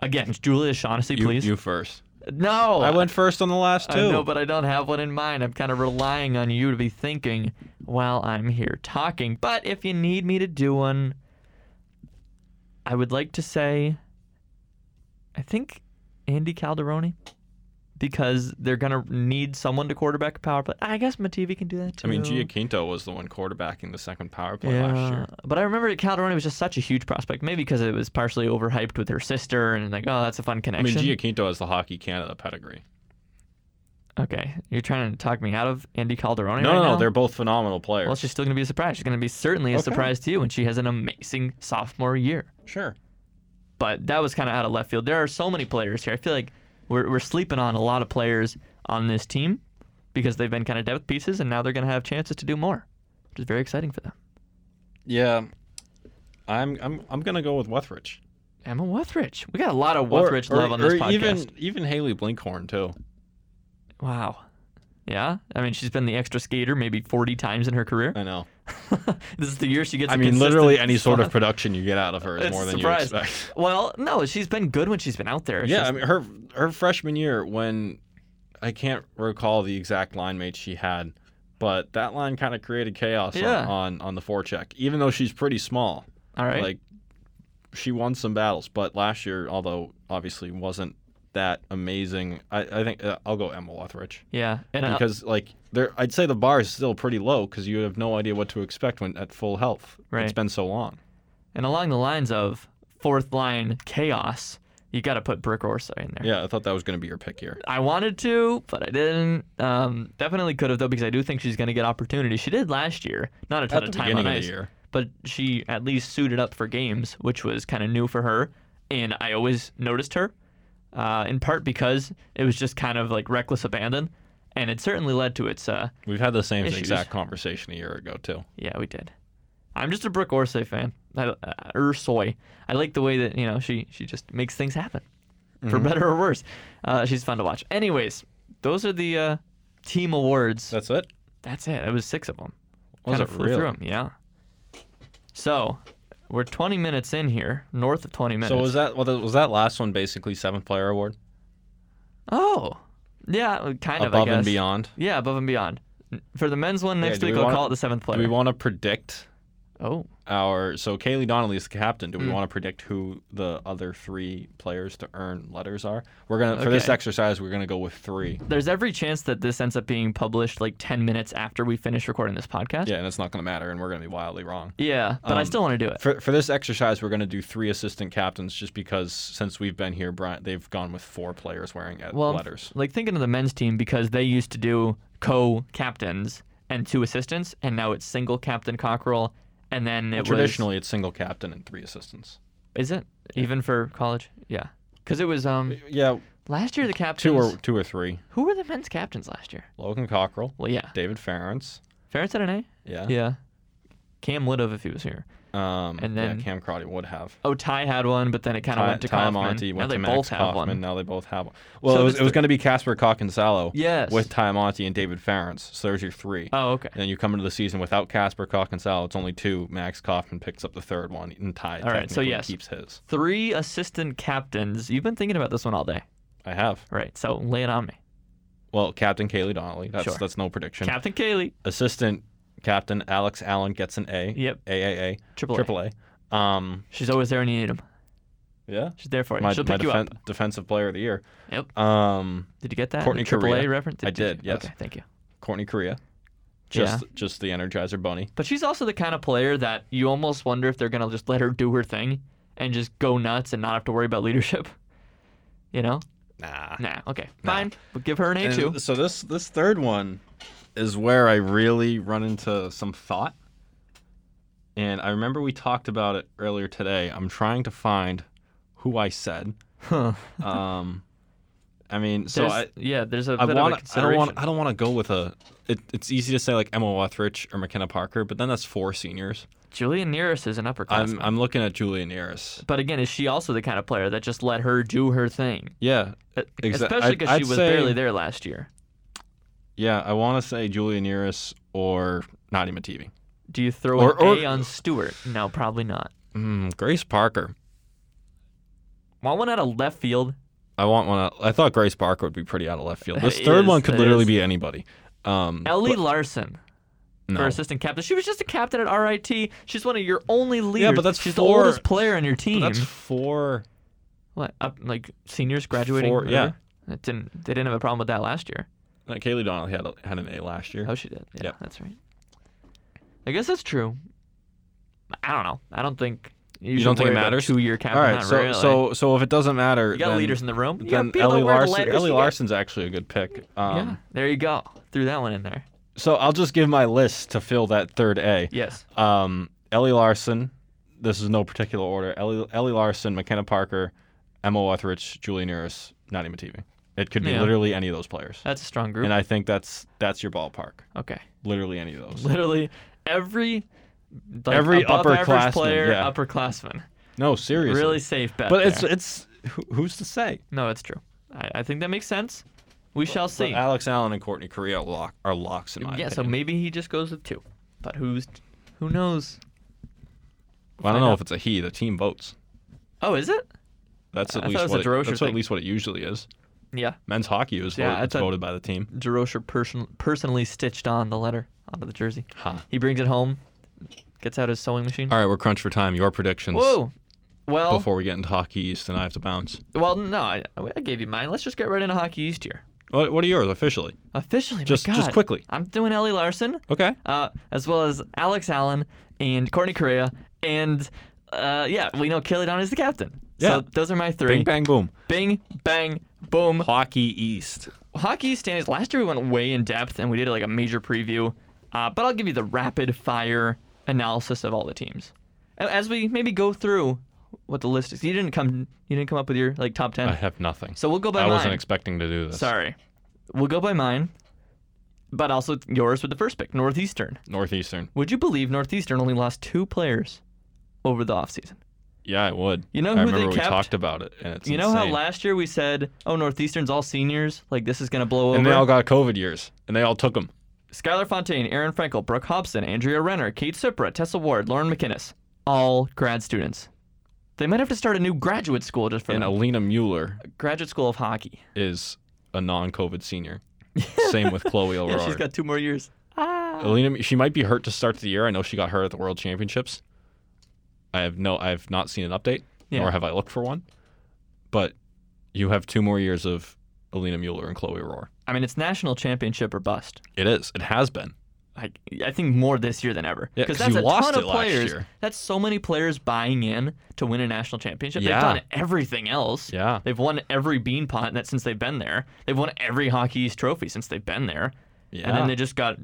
Speaker 3: Again, Julia Shaughnessy,
Speaker 2: You,
Speaker 3: please.
Speaker 2: you first.
Speaker 3: No,
Speaker 2: I went first on the last two.
Speaker 3: I know, but I don't have one in mind. I'm kind of relying on you to be thinking while I'm here talking. But if you need me to do one, I would like to say, I think Andy Calderoni, because they're gonna need someone to quarterback a power play. I guess Mativi can do that too.
Speaker 2: I mean, Giaquinto was the one quarterbacking the second power play
Speaker 3: yeah,
Speaker 2: last year.
Speaker 3: but I remember Calderoni was just such a huge prospect. Maybe because it was partially overhyped with her sister, and like, oh, that's a fun
Speaker 2: I mean,
Speaker 3: connection.
Speaker 2: Giaquinto has the Hockey Canada pedigree.
Speaker 3: okay, you're trying to talk me out of Andy Calderoni.
Speaker 2: No,
Speaker 3: right
Speaker 2: no,
Speaker 3: now?
Speaker 2: no, they're both phenomenal players.
Speaker 3: Well, she's still going to be a surprise. She's going to be certainly a
Speaker 2: Okay.
Speaker 3: surprise to you, and she has an amazing sophomore year.
Speaker 2: sure.
Speaker 3: But that was kind of out of left field. There are so many players here. I feel like we're, we're sleeping on a lot of players on this team because they've been kind of depth pieces, and now they're going to have chances to do more, which is very exciting for them.
Speaker 2: Yeah, I'm I'm I'm gonna go with Wethridge.
Speaker 3: Emma Wethridge. We got a lot of Wethridge
Speaker 2: or,
Speaker 3: love on this
Speaker 2: or
Speaker 3: podcast.
Speaker 2: even even Haley Blinkhorn too.
Speaker 3: Wow. Yeah. I mean, she's been the extra skater maybe 40 times in her career.
Speaker 2: I know.
Speaker 3: this is the year she gets
Speaker 2: I
Speaker 3: a
Speaker 2: mean,
Speaker 3: consistent
Speaker 2: literally any sort
Speaker 3: spot.
Speaker 2: of production you get out of her is
Speaker 3: It's
Speaker 2: more
Speaker 3: a
Speaker 2: than
Speaker 3: surprise.
Speaker 2: you expect.
Speaker 3: Well, no, she's been good when she's been out there. It's
Speaker 2: yeah,
Speaker 3: just-
Speaker 2: I mean her her freshman year when I can't recall the exact line mate she had, but that line kind of created chaos on-
Speaker 3: Yeah.
Speaker 2: on, on the forecheck. Even though she's pretty small,
Speaker 3: all right.
Speaker 2: like she won some battles. But last year, although obviously wasn't that amazing, I, I think uh, I'll go Emma Wethridge
Speaker 3: yeah. And uh, I-
Speaker 2: because like there, I'd say the bar is still pretty low because you have no idea what to expect when at full health. It's
Speaker 3: Right.
Speaker 2: been so long.
Speaker 3: And along the lines of fourth line chaos, you got to put Brick Orsa in there.
Speaker 2: Yeah, I thought that was going to be your pick here.
Speaker 3: I wanted to, but I didn't. Um, definitely could have though, because I do think she's going to get opportunities. She did last year, not a ton
Speaker 2: At
Speaker 3: of
Speaker 2: the
Speaker 3: time
Speaker 2: beginning
Speaker 3: on
Speaker 2: of the
Speaker 3: ice,
Speaker 2: year.
Speaker 3: but she at least suited up for games, which was kind of new for her. And I always noticed her, uh, in part because it was just kind of like reckless abandon, and it certainly led to its. Uh,
Speaker 2: We've had the same
Speaker 3: Issues.
Speaker 2: exact conversation a year ago too.
Speaker 3: Yeah, we did. I'm just a Brooke Orsay fan. I, uh, Ursoy. I like the way that you know she she just makes things happen, for
Speaker 2: Mm-hmm.
Speaker 3: better or worse. Uh, she's fun to watch. Anyways, those are the uh, team awards.
Speaker 2: That's it.
Speaker 3: That's it. It was six of them.
Speaker 2: Was
Speaker 3: Kinda
Speaker 2: it
Speaker 3: flew
Speaker 2: really?
Speaker 3: Through 'em, Yeah. So we're 20 minutes in here, north of 20 minutes.
Speaker 2: So was that well, th- was that last one basically seventh player award
Speaker 3: Oh, yeah, kind of. I
Speaker 2: above and
Speaker 3: guess.
Speaker 2: beyond?
Speaker 3: Yeah, above and beyond. For the men's one next
Speaker 2: do
Speaker 3: week,
Speaker 2: we
Speaker 3: I'll
Speaker 2: wanna-
Speaker 3: call it the seventh player.
Speaker 2: Do we want to predict
Speaker 3: oh,
Speaker 2: our so Kaylee Donnelly is the captain? Do we
Speaker 3: Hmm.
Speaker 2: want to predict who the other three players to earn letters are? We're gonna for this
Speaker 3: Okay.
Speaker 2: exercise we're gonna go with three.
Speaker 3: there's every chance that this ends up being published like 10 minutes after we finish recording this podcast.
Speaker 2: Yeah, and it's not gonna matter, and we're gonna be wildly wrong.
Speaker 3: Yeah, but I
Speaker 2: Um,
Speaker 3: still want to do it.
Speaker 2: For, for this exercise, we're going to do three assistant captains just because since we've been here, Brian, they've gone with four players wearing uh,
Speaker 3: well, I'm f-
Speaker 2: letters.
Speaker 3: like thinking of the men's team because they used to do co-captains and two assistants, and now it's single captain Cockrell, and then it was-
Speaker 2: Traditionally, it's single captain and three assistants.
Speaker 3: is it even for college? Yeah, because it was um
Speaker 2: Yeah,
Speaker 3: last year the captains.
Speaker 2: two or two or three.
Speaker 3: who were the men's captains last year?
Speaker 2: Logan Cockrell,
Speaker 3: Well, yeah,
Speaker 2: David Ferentz.
Speaker 3: Ferris had an A.
Speaker 2: Yeah.
Speaker 3: Yeah, Cam would have if he was here.
Speaker 2: Um,
Speaker 3: And
Speaker 2: yeah,
Speaker 3: then-
Speaker 2: Cam Crotty would have.
Speaker 3: Oh, Ty had one, but then it kind of
Speaker 2: Ty,
Speaker 3: went to
Speaker 2: Ty
Speaker 3: Kaufman.
Speaker 2: Monty
Speaker 3: now
Speaker 2: went
Speaker 3: they
Speaker 2: to
Speaker 3: both
Speaker 2: Max
Speaker 3: have
Speaker 2: Kaufman.
Speaker 3: one.
Speaker 2: Now they both have one. Well,
Speaker 3: So
Speaker 2: it was,
Speaker 3: that's
Speaker 2: it was
Speaker 3: the-
Speaker 2: going to be Casper Cockensalo
Speaker 3: Yes.
Speaker 2: with Ty Monty and David Ferentz. So there's your three.
Speaker 3: Oh, okay.
Speaker 2: And then you come into the season without Casper Cockensalo. It's only two. Max Kaufman picks up the third one, and Ty
Speaker 3: All right, so
Speaker 2: technically
Speaker 3: yes.
Speaker 2: keeps his.
Speaker 3: Three assistant captains. You've been thinking about this one all day,
Speaker 2: I have.
Speaker 3: right? So lay it on me,
Speaker 2: Well, Captain Kaylee Donnelly. That's
Speaker 3: Sure.
Speaker 2: that's no prediction.
Speaker 3: Captain Kaylee.
Speaker 2: Assistant Captain Alex Allen gets an A.
Speaker 3: Yep.
Speaker 2: AAA.
Speaker 3: Triple A.
Speaker 2: Triple A. Um,
Speaker 3: She's always there when you need him.
Speaker 2: yeah.
Speaker 3: She's there for you.
Speaker 2: My,
Speaker 3: She'll
Speaker 2: my
Speaker 3: pick you
Speaker 2: defen-
Speaker 3: up.
Speaker 2: defensive player of the year.
Speaker 3: Yep.
Speaker 2: Um,
Speaker 3: Did you get that?
Speaker 2: Courtney
Speaker 3: the AAA
Speaker 2: Correa.
Speaker 3: reference?
Speaker 2: I did,
Speaker 3: you?
Speaker 2: yes.
Speaker 3: Okay, thank you.
Speaker 2: Courtney Korea. Just
Speaker 3: yeah.
Speaker 2: just the Energizer Bunny.
Speaker 3: But she's also the kind of player that you almost wonder if they're gonna just let her do her thing and just go nuts and not have to worry about leadership. You know?
Speaker 2: Nah.
Speaker 3: Nah. Okay. Fine. We'll give her an A
Speaker 2: And
Speaker 3: too.
Speaker 2: so this this third one is where I really run into some thought. And I remember we talked about it earlier today. I'm trying to find who I said.
Speaker 3: Huh.
Speaker 2: Um, I mean, so
Speaker 3: There's-
Speaker 2: I,
Speaker 3: yeah, there's a
Speaker 2: I
Speaker 3: bit of a
Speaker 2: want. I don't
Speaker 3: consideration.
Speaker 2: want. I don't want to go with a. It, it's easy to say like Emma Wethridge or McKenna Parker, but then that's four seniors.
Speaker 3: Julian Neris is an upperclassman.
Speaker 2: I'm I'm looking at Julia Neris.
Speaker 3: But again, is she also the kind of player that just let her do her thing?
Speaker 2: Yeah,
Speaker 3: E-
Speaker 2: Exa-
Speaker 3: Especially
Speaker 2: I'd-
Speaker 3: because
Speaker 2: I'd
Speaker 3: she was
Speaker 2: say-
Speaker 3: barely there last year.
Speaker 2: yeah. I want to say Julia Neris or Nadia Mativi.
Speaker 3: Do you throw
Speaker 2: Or-
Speaker 3: an A
Speaker 2: or-
Speaker 3: on Stewart? No, probably not.
Speaker 2: Mm, Grace Parker.
Speaker 3: Want one out of left field?
Speaker 2: I I want one. out- I thought Grace Barker would be pretty out of left field. This
Speaker 3: That
Speaker 2: third
Speaker 3: is-
Speaker 2: one could
Speaker 3: that
Speaker 2: literally
Speaker 3: is.
Speaker 2: be anybody. Um,
Speaker 3: Ellie Larson,
Speaker 2: no.
Speaker 3: her assistant captain. She was just a captain at RIT. She's one of your only leaders.
Speaker 2: but that's
Speaker 3: she's
Speaker 2: four-
Speaker 3: the oldest player on your team.
Speaker 2: That's four.
Speaker 3: what up, like seniors graduating.
Speaker 2: Four- yeah.
Speaker 3: whatever? That didn't they didn't have a problem with that last year.
Speaker 2: Uh, Kaylee Donnelly had a, had an A last year.
Speaker 3: Oh, she did. Yeah,
Speaker 2: Yep.
Speaker 3: that's right. I guess that's true. I don't know. I don't think you, should
Speaker 2: don't think it
Speaker 3: worry about
Speaker 2: matters?
Speaker 3: Two-year captain.
Speaker 2: All right,
Speaker 3: not
Speaker 2: so
Speaker 3: really.
Speaker 2: so so if it doesn't matter,
Speaker 3: you got
Speaker 2: then,
Speaker 3: leaders in the room. You got
Speaker 2: then
Speaker 3: people
Speaker 2: Ellie
Speaker 3: that wear the
Speaker 2: Larson.
Speaker 3: letters,
Speaker 2: Ellie
Speaker 3: you got-
Speaker 2: Larson's actually a good pick. Um,
Speaker 3: yeah, there you go. Threw that one in there.
Speaker 2: So I'll just give my list to fill that third A.
Speaker 3: Yes.
Speaker 2: Um, Ellie Larson. This is no particular order. Ellie, Ellie Larson, McKenna Parker, Emma Etheridge, Julie Neris, Nadia Mativi. It could be
Speaker 3: Yeah.
Speaker 2: literally any of those players,
Speaker 3: That's a strong group.
Speaker 2: and I think that's that's your ballpark.
Speaker 3: okay.
Speaker 2: Literally any of those.
Speaker 3: Literally every like,
Speaker 2: Every
Speaker 3: above
Speaker 2: upperclassman,
Speaker 3: average player,
Speaker 2: yeah.
Speaker 3: upperclassman.
Speaker 2: No, seriously.
Speaker 3: Really safe bet.
Speaker 2: But it's
Speaker 3: there.
Speaker 2: it's who- who's to say?
Speaker 3: no, it's true. I, I think that makes sense. We shall
Speaker 2: But
Speaker 3: see.
Speaker 2: Alex Allen and Courtney Korea are, lock, are locks in my
Speaker 3: yeah, so
Speaker 2: opinion.
Speaker 3: maybe he just goes with two. But who's who knows?
Speaker 2: Well, I don't
Speaker 3: find
Speaker 2: know
Speaker 3: out.
Speaker 2: if it's a he. The team votes.
Speaker 3: Oh, is it?
Speaker 2: That's at
Speaker 3: I thought it
Speaker 2: least
Speaker 3: was
Speaker 2: what
Speaker 3: a Derosier
Speaker 2: that's what- at
Speaker 3: thing.
Speaker 2: least what it usually is.
Speaker 3: Yeah.
Speaker 2: Men's hockey is
Speaker 3: Yeah,
Speaker 2: voted,
Speaker 3: I
Speaker 2: it's
Speaker 3: thought-
Speaker 2: voted by the team.
Speaker 3: DeRocher person- personally stitched on the letter onto the jersey.
Speaker 2: Ha.
Speaker 3: He brings it home, gets out his sewing machine.
Speaker 2: All right, we're crunched for time. Your predictions
Speaker 3: Whoa. Well,
Speaker 2: before we get into hockey east, and I have to bounce.
Speaker 3: well, no, I, I gave you mine. Let's just get right into Hockey East here.
Speaker 2: What, what are yours officially?
Speaker 3: Officially,
Speaker 2: Just-
Speaker 3: my
Speaker 2: just
Speaker 3: God.
Speaker 2: quickly.
Speaker 3: I'm doing Ellie Larson,
Speaker 2: Okay.
Speaker 3: uh, as well as Alex Allen and Courtney Correa, and uh, yeah, we know Kelly Don is the captain.
Speaker 2: Yeah.
Speaker 3: So those are my three.
Speaker 2: Bing bang boom.
Speaker 3: Bing, bang, boom.
Speaker 2: Hockey east.
Speaker 3: Hockey standings. Last year we went way in depth and we did like a major preview, uh, but I'll give you the rapid fire analysis of all the teams A- as we maybe go through what the list is. You didn't come. You didn't come up with your like top ten.
Speaker 2: I have nothing.
Speaker 3: So we'll go by
Speaker 2: I
Speaker 3: mine.
Speaker 2: wasn't expecting to do this.
Speaker 3: Sorry, we'll go by mine, but also yours with the first pick, Northeastern.
Speaker 2: Northeastern.
Speaker 3: Would you believe Northeastern only lost two players over the offseason?
Speaker 2: Yeah, I would.
Speaker 3: You know
Speaker 2: I
Speaker 3: who they
Speaker 2: remember we
Speaker 3: kept?
Speaker 2: talked about it, and it's
Speaker 3: You know how
Speaker 2: insane.
Speaker 3: last year we said, "Oh, Northeastern's all seniors. Like this is gonna blow over."
Speaker 2: and they all got COVID years, and they all took them.
Speaker 3: Skylar Fontaine, Aaron Frankel, Brooke Hobson, Andrea Renner, Kate Sipra, Tessa Ward, Lauren McInnes. All grad students. They might have to start a new graduate school just for
Speaker 2: And
Speaker 3: them.
Speaker 2: Alina Mueller
Speaker 3: graduate school of hockey.
Speaker 2: is a non-COVID senior. Same with Chloe
Speaker 3: Yeah,
Speaker 2: O'Rourke.
Speaker 3: she's got two more years. Ah.
Speaker 2: Alina, she might be hurt to start the year. I know she got hurt at the World Championships. I have no, I've not seen an update,
Speaker 3: Yeah.
Speaker 2: nor have I looked for one. But you have two more years of Alina Mueller and Chloe Roar.
Speaker 3: I mean, it's national championship or bust.
Speaker 2: It is. It has been.
Speaker 3: I, I think more this year than ever.
Speaker 2: Yeah, 'cause
Speaker 3: that's
Speaker 2: you
Speaker 3: a
Speaker 2: lost
Speaker 3: ton
Speaker 2: it
Speaker 3: of
Speaker 2: last
Speaker 3: players.
Speaker 2: year.
Speaker 3: That's so many players buying in to win a national championship.
Speaker 2: Yeah.
Speaker 3: They've done everything else.
Speaker 2: Yeah.
Speaker 3: They've won every bean pot that since they've been there. They've won every Hockey East trophy since they've been there. And
Speaker 2: Yeah.
Speaker 3: then they just got,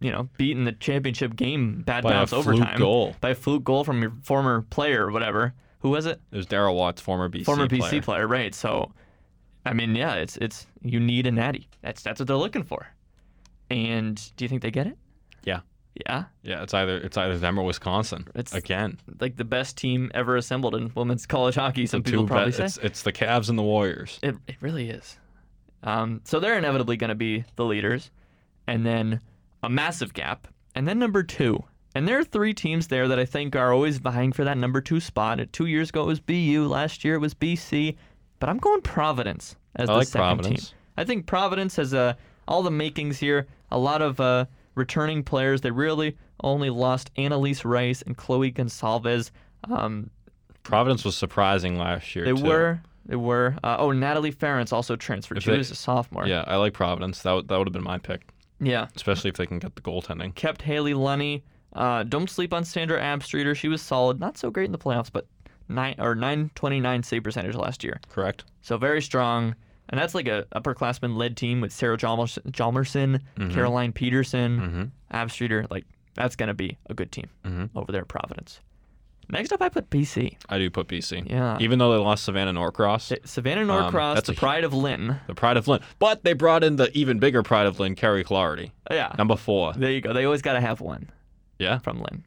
Speaker 3: you know, beaten the championship game bad
Speaker 2: By a
Speaker 3: bounce
Speaker 2: fluke
Speaker 3: overtime
Speaker 2: goal.
Speaker 3: by a fluke goal from your former player or whatever. Who was it?
Speaker 2: There's Daryl Watts, former BC
Speaker 3: former
Speaker 2: player.
Speaker 3: BC player, right? So, I mean, yeah, it's it's you need a natty. That's that's what they're looking for. And do you think they get it?
Speaker 2: Yeah,
Speaker 3: Yeah,
Speaker 2: yeah. It's either it's either them or Wisconsin.
Speaker 3: It's-
Speaker 2: again.
Speaker 3: like the best team ever assembled in women's college hockey. Some
Speaker 2: the
Speaker 3: people
Speaker 2: two
Speaker 3: probably
Speaker 2: bet-
Speaker 3: say
Speaker 2: it's it's the Cavs and the Warriors.
Speaker 3: it. It really is. Um, so they're inevitably going to be the leaders, and then a massive gap, and then number two. And there are three teams there that I think are always vying for that number two spot. Uh, Two years ago it was BU, last year it was BC, but I'm going Providence as
Speaker 2: I
Speaker 3: the
Speaker 2: like
Speaker 3: second
Speaker 2: Providence.
Speaker 3: team. I think Providence has uh, all the makings here. A lot of uh, returning players. They really only lost Annalise Rice and Chloe Gonsalves. Um,
Speaker 2: Providence was surprising last year.
Speaker 3: they
Speaker 2: too.
Speaker 3: were. They were. Uh, oh, Natalie Ference also transferred. she
Speaker 2: they-
Speaker 3: was a sophomore.
Speaker 2: Yeah, I like Providence. That would that would have been my pick,
Speaker 3: Yeah.
Speaker 2: especially if they can get the goaltending.
Speaker 3: Kept Haley Lunny. Uh, don't sleep on Sandra Abstreeter. She was solid. Not so great in the playoffs, but nine or nine twenty nine save percentage last year.
Speaker 2: Correct.
Speaker 3: So very strong. And that's like a upperclassman led team with Sarah Jalmers- Jalmerson,
Speaker 2: Mm-hmm.
Speaker 3: Caroline Peterson, Abstreeter. Like that's gonna be a good team
Speaker 2: Mm-hmm.
Speaker 3: over there, at Providence. Next up, I put BC.
Speaker 2: I do put BC.
Speaker 3: Yeah.
Speaker 2: Even though they lost Savannah Norcross,
Speaker 3: Savannah Norcross,
Speaker 2: Um, that's
Speaker 3: the
Speaker 2: a hu-
Speaker 3: pride of Lynn.
Speaker 2: the pride of Lynn, but they brought in the even bigger pride of Lynn, Carrie Clarity,
Speaker 3: Yeah.
Speaker 2: number four.
Speaker 3: There you go. They always got to have one.
Speaker 2: Yeah.
Speaker 3: From Lynn.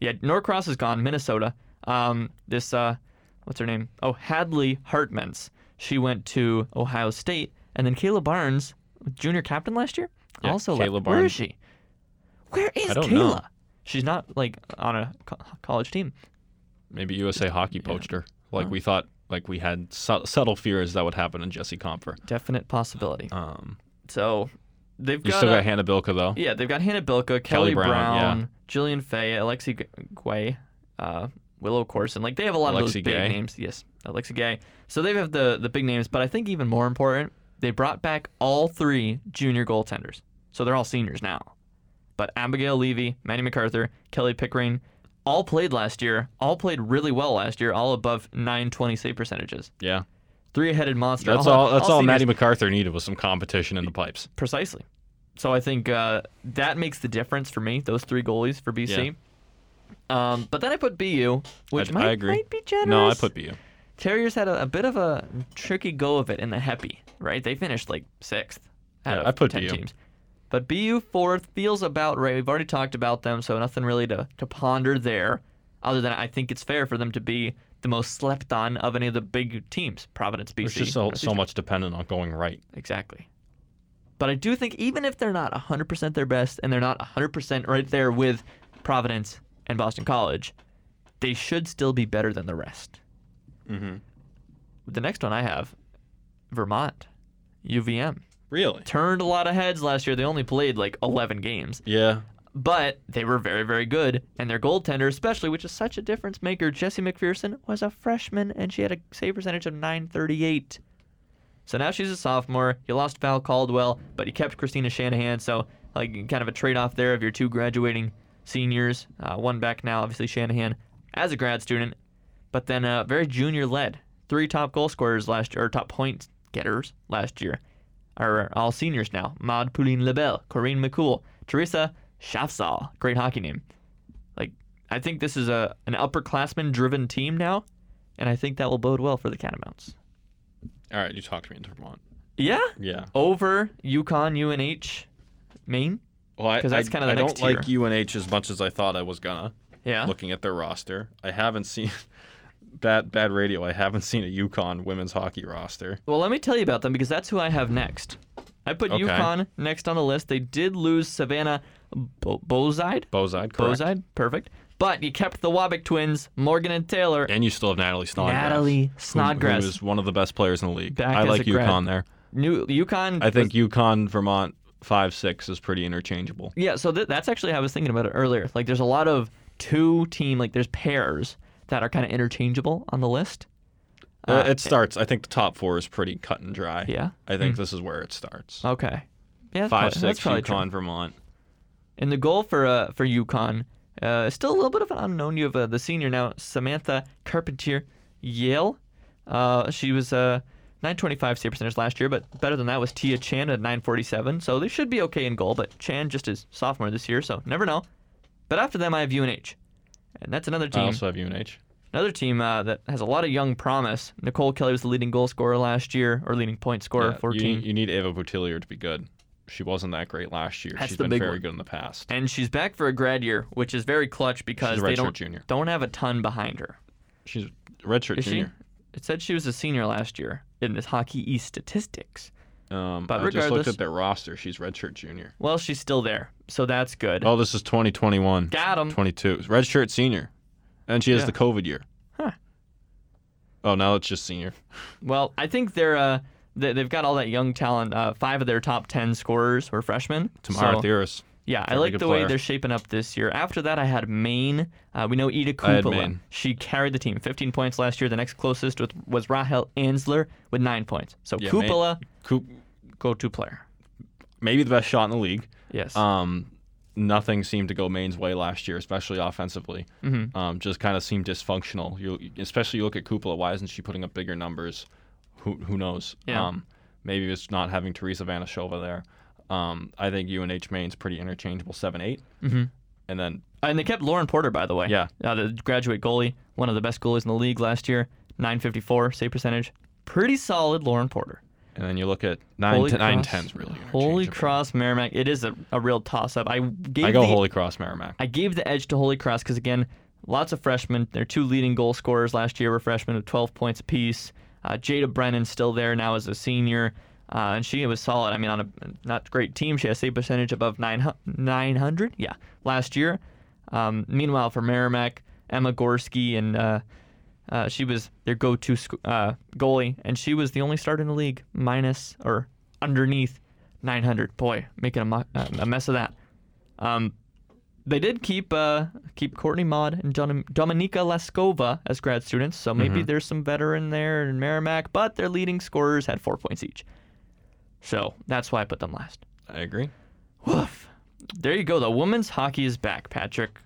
Speaker 3: Yeah, Norcross is gone. Minnesota. Um, this uh, what's her name? Oh, Hadley Hartmans. She went to Ohio State, and then Kayla Barnes, junior captain last year,
Speaker 2: Yeah,
Speaker 3: also
Speaker 2: Kayla
Speaker 3: left. Where
Speaker 2: Barnes.
Speaker 3: is she? Where is
Speaker 2: I don't
Speaker 3: Kayla?
Speaker 2: know.
Speaker 3: She's not like on a co- college team.
Speaker 2: Maybe USA Hockey poached her, like we thought like we had su- subtle fears that would happen in Jesse Comfer.
Speaker 3: Definite possibility.
Speaker 2: Um,
Speaker 3: So they've
Speaker 2: you
Speaker 3: got,
Speaker 2: still
Speaker 3: uh,
Speaker 2: got Hannah Bilka though.
Speaker 3: yeah, they've got Hannah Bilka, Kelly,
Speaker 2: Brown, yeah.
Speaker 3: Jillian Fay, Alexi G- Gway, uh, Willow Corson. Like they have a lot of those
Speaker 2: Alexi
Speaker 3: big
Speaker 2: Gay.
Speaker 3: names. Yes, Alexi Gay. So they have the the big names, but I think even more important, they brought back all three junior goaltenders. So they're all seniors now. But Abigail Levy, Manny MacArthur, Kelly Pickering, all played last year. All played really well last year. All above 920 save percentages.
Speaker 2: Yeah.
Speaker 3: Three-headed monster.
Speaker 2: That's all. That's all,
Speaker 3: seniors.
Speaker 2: Maddie MacArthur needed was some competition in the pipes.
Speaker 3: Precisely. So I think uh, that makes the difference for me. Those three goalies for BC. Um, but then I put BU, which
Speaker 2: I,
Speaker 3: might,
Speaker 2: I agree.
Speaker 3: might be generous.
Speaker 2: No, I put BU.
Speaker 3: Terriers had a, a bit of a tricky go of it in the Heppy, right? They finished like sixth out
Speaker 2: Yeah,
Speaker 3: of
Speaker 2: I put
Speaker 3: ten
Speaker 2: BU.
Speaker 3: teams. But BU fourth feels about right. We've already talked about them, so nothing really to, to ponder there. Other than I think it's fair for them to be the most slept on of any of the big teams. Providence, BC.
Speaker 2: It's just so,
Speaker 3: Northeastern.
Speaker 2: so much dependent on going right.
Speaker 3: Exactly. But I do think even if they're not 100% their best and they're not 100% right there with Providence and Boston College, they should still be better than the rest. Mm-hmm. The next one I have Vermont, UVM.
Speaker 2: Really?
Speaker 3: Turned a lot of heads last year. They only played like 11 games,
Speaker 2: Yeah.
Speaker 3: but they were very, very good. And their goaltender, especially, which is such a difference maker, Jessie McPherson, was a freshman and she had a save percentage of 938. So now she's a sophomore. You lost Val Caldwell, but you kept Christina Shanahan. So like kind of a trade-off there of your two graduating seniors. Uh, one back now, obviously Shanahan as a grad student, but then uh, very junior-led. Three top goal scorers last year, or top point getters last year, are all seniors now. Maud Pouline Lebel, Corinne McCool, Teresa Schaffsaw, great hockey name. Like I think this is a an upperclassman-driven team now, and I think that will bode well for the Catamounts.
Speaker 2: All right. You talked me into Vermont.
Speaker 3: Yeah
Speaker 2: Yeah.
Speaker 3: over Yukon, UNH, Maine.
Speaker 2: Well, I,
Speaker 3: 'Cause that's
Speaker 2: I-
Speaker 3: kinda the
Speaker 2: I
Speaker 3: next
Speaker 2: don't like UNH as much as I thought I was gonna.
Speaker 3: Yeah.
Speaker 2: Looking at their roster, I haven't seen bad bad radio. I haven't seen a Yukon women's hockey roster.
Speaker 3: Well, let me tell you about them because that's who I have next. I put
Speaker 2: Okay.
Speaker 3: Yukon next on the list. They did lose Savannah Bo- Bozide.
Speaker 2: Bozide, correct.
Speaker 3: Bozide, perfect. But you kept the Wabick twins, Morgan and Taylor.
Speaker 2: And you still have Natalie Snodgrass.
Speaker 3: Natalie
Speaker 2: who-
Speaker 3: Snodgrass.
Speaker 2: Who is one of the best players in the league.
Speaker 3: Back
Speaker 2: I
Speaker 3: as
Speaker 2: like
Speaker 3: a grad.
Speaker 2: UConn there.
Speaker 3: New Yukon.
Speaker 2: I think UConn, Vermont, 5 6 is pretty interchangeable.
Speaker 3: Yeah, so th- that's actually how I was thinking about it earlier. Like, there's a lot of two team, like, there's pairs that are kind of interchangeable on the list.
Speaker 2: Uh, it starts, I think the top four is pretty cut and dry.
Speaker 3: Ah, Yeah?
Speaker 2: I think this is where it starts.
Speaker 3: Okay. Yeah,
Speaker 2: 5
Speaker 3: that's probably- that's
Speaker 2: 6,
Speaker 3: probably true.
Speaker 2: UConn, Vermont.
Speaker 3: And the goal for uh, for UConn, uh, is still a little bit of an unknown. You have uh, the senior now, Samantha Carpentier, Yale. Uh, she was uh, 925 save percentage last year, but better than that was Tia Chan at 947. So they should be okay in goal, but Chan just is sophomore this year, so never know. But after them, I have UNH. And that's another
Speaker 2: I
Speaker 3: team.
Speaker 2: also have UNH.
Speaker 3: Another team uh, that has a lot of young promise. Nicole Kelly was the leading goal scorer last year, or leading point scorer,
Speaker 2: Yeah,
Speaker 3: 14.
Speaker 2: You, you need Ava Boutillier to be good. She wasn't that great last year.
Speaker 3: That's
Speaker 2: She's
Speaker 3: the
Speaker 2: been
Speaker 3: big
Speaker 2: very
Speaker 3: one.
Speaker 2: good in the past.
Speaker 3: and she's back for a grad year, which is very clutch because
Speaker 2: She's a
Speaker 3: they
Speaker 2: redshirt
Speaker 3: don't
Speaker 2: junior.
Speaker 3: don't have a ton behind her.
Speaker 2: She's a redshirt
Speaker 3: Is
Speaker 2: junior.
Speaker 3: she? It said she was a senior last year in this Hockey East statistics.
Speaker 2: Um,
Speaker 3: But
Speaker 2: I just
Speaker 3: regardless-
Speaker 2: looked at their roster. She's redshirt junior.
Speaker 3: Well, she's still there, so that's good.
Speaker 2: Oh, this is 2021.
Speaker 3: Got him.
Speaker 2: 22. Redshirt senior. And she has
Speaker 3: Yeah.
Speaker 2: the COVID year.
Speaker 3: Huh.
Speaker 2: Oh, now it's just senior.
Speaker 3: Well, I think they're uh, they, they've got all that young talent. Uh, five of their top ten scorers were freshmen.
Speaker 2: Tamara
Speaker 3: so,
Speaker 2: Theoris.
Speaker 3: Yeah, I
Speaker 2: Very
Speaker 3: like
Speaker 2: good
Speaker 3: the way
Speaker 2: player.
Speaker 3: they're shaping up this year. After that, I had Maine. Uh, we know Ida
Speaker 2: I had
Speaker 3: Kupala.
Speaker 2: Maine.
Speaker 3: She carried the team, 15 points last year. The next closest with, was Rahel Ansler with nine points. So
Speaker 2: Yeah, Maine-
Speaker 3: Kupala,
Speaker 2: Coop,
Speaker 3: go-to player.
Speaker 2: maybe the best shot in the league.
Speaker 3: Yes.
Speaker 2: Um, nothing seemed to go Maine's way last year, especially offensively.
Speaker 3: Mm-hmm.
Speaker 2: Um, just kind of seemed dysfunctional. You, especially you look at Cupola. Why isn't she putting up bigger numbers? Who who knows?
Speaker 3: Yeah.
Speaker 2: Um, maybe it's not having Teresa Vanishova there. Um, I think UNH Maine's pretty interchangeable, seven eight, mm-hmm. and then
Speaker 3: And they kept Lauren Porter, by the way.
Speaker 2: Yeah.
Speaker 3: Uh, the graduate goalie, one of the best goalies in the league last year, 954 save percentage. Pretty solid, Lauren Porter.
Speaker 2: and then you look at nine
Speaker 3: Holy
Speaker 2: t- nine
Speaker 3: Cross-
Speaker 2: tens really.
Speaker 3: Holy
Speaker 2: interchangeable.
Speaker 3: Cross Merrimack. It is a, a real toss up. I gave
Speaker 2: I go
Speaker 3: the,
Speaker 2: Holy Cross Merrimack.
Speaker 3: I gave the edge to Holy Cross because again, lots of freshmen. Their two leading goal scorers last year were freshmen with 12 points apiece. Uh, Jada Brennan's still there now as a senior, uh, and she was solid. I mean, on a not great team, she had a save percentage above nine hu- 900. Yeah, last year. Um, meanwhile, for Merrimack, Emma Gorski and uh, Uh, she was their go-to sc- uh, goalie, and she was the only starter in the league minus or underneath 900. Boy, making a, mo- uh, a mess of that. Um, they did keep uh, keep Courtney Maud and Dom- Dominika Laskova as grad students, so maybe there's some veteran there in Merrimack, but their leading scorers had four points each. So that's why I put them last.
Speaker 2: I agree.
Speaker 3: Woof. There you go. The women's hockey is back, Patrick.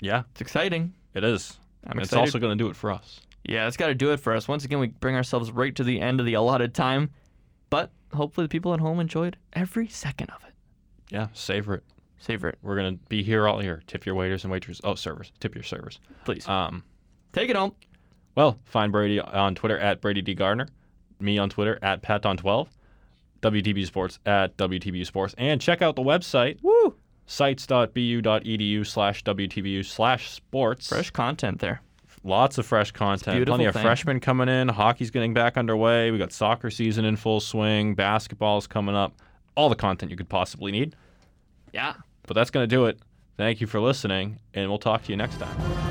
Speaker 2: Yeah,
Speaker 3: It's exciting.
Speaker 2: it is.
Speaker 3: I'm
Speaker 2: it's
Speaker 3: excited.
Speaker 2: also going to do it for us.
Speaker 3: Yeah, that's got to do it for us. Once again, we bring ourselves right to the end of the allotted time, but hopefully the people at home enjoyed every second of it.
Speaker 2: Yeah, savor it.
Speaker 3: Savor it,
Speaker 2: We're gonna be here all year. Tip your waiters and waitresses. Oh, servers. Tip your servers.
Speaker 3: please.
Speaker 2: Um,
Speaker 3: Take it home.
Speaker 2: well, find Brady on Twitter at Brady D Gardner, me on Twitter at Paton12, WTB Sports at WTB Sports, and check out the website
Speaker 3: Woo!
Speaker 2: sites.bu.edu slash WTBU slash sports.
Speaker 3: Fresh content there.
Speaker 2: Lots of fresh content.
Speaker 3: beautiful
Speaker 2: Plenty of
Speaker 3: thing.
Speaker 2: freshmen coming in. Hockey's getting back underway. We got soccer season in full swing. Basketball's coming up. All the content you could possibly need.
Speaker 3: Yeah.
Speaker 2: But that's going to do it. Thank you for listening, and we'll talk to you next time.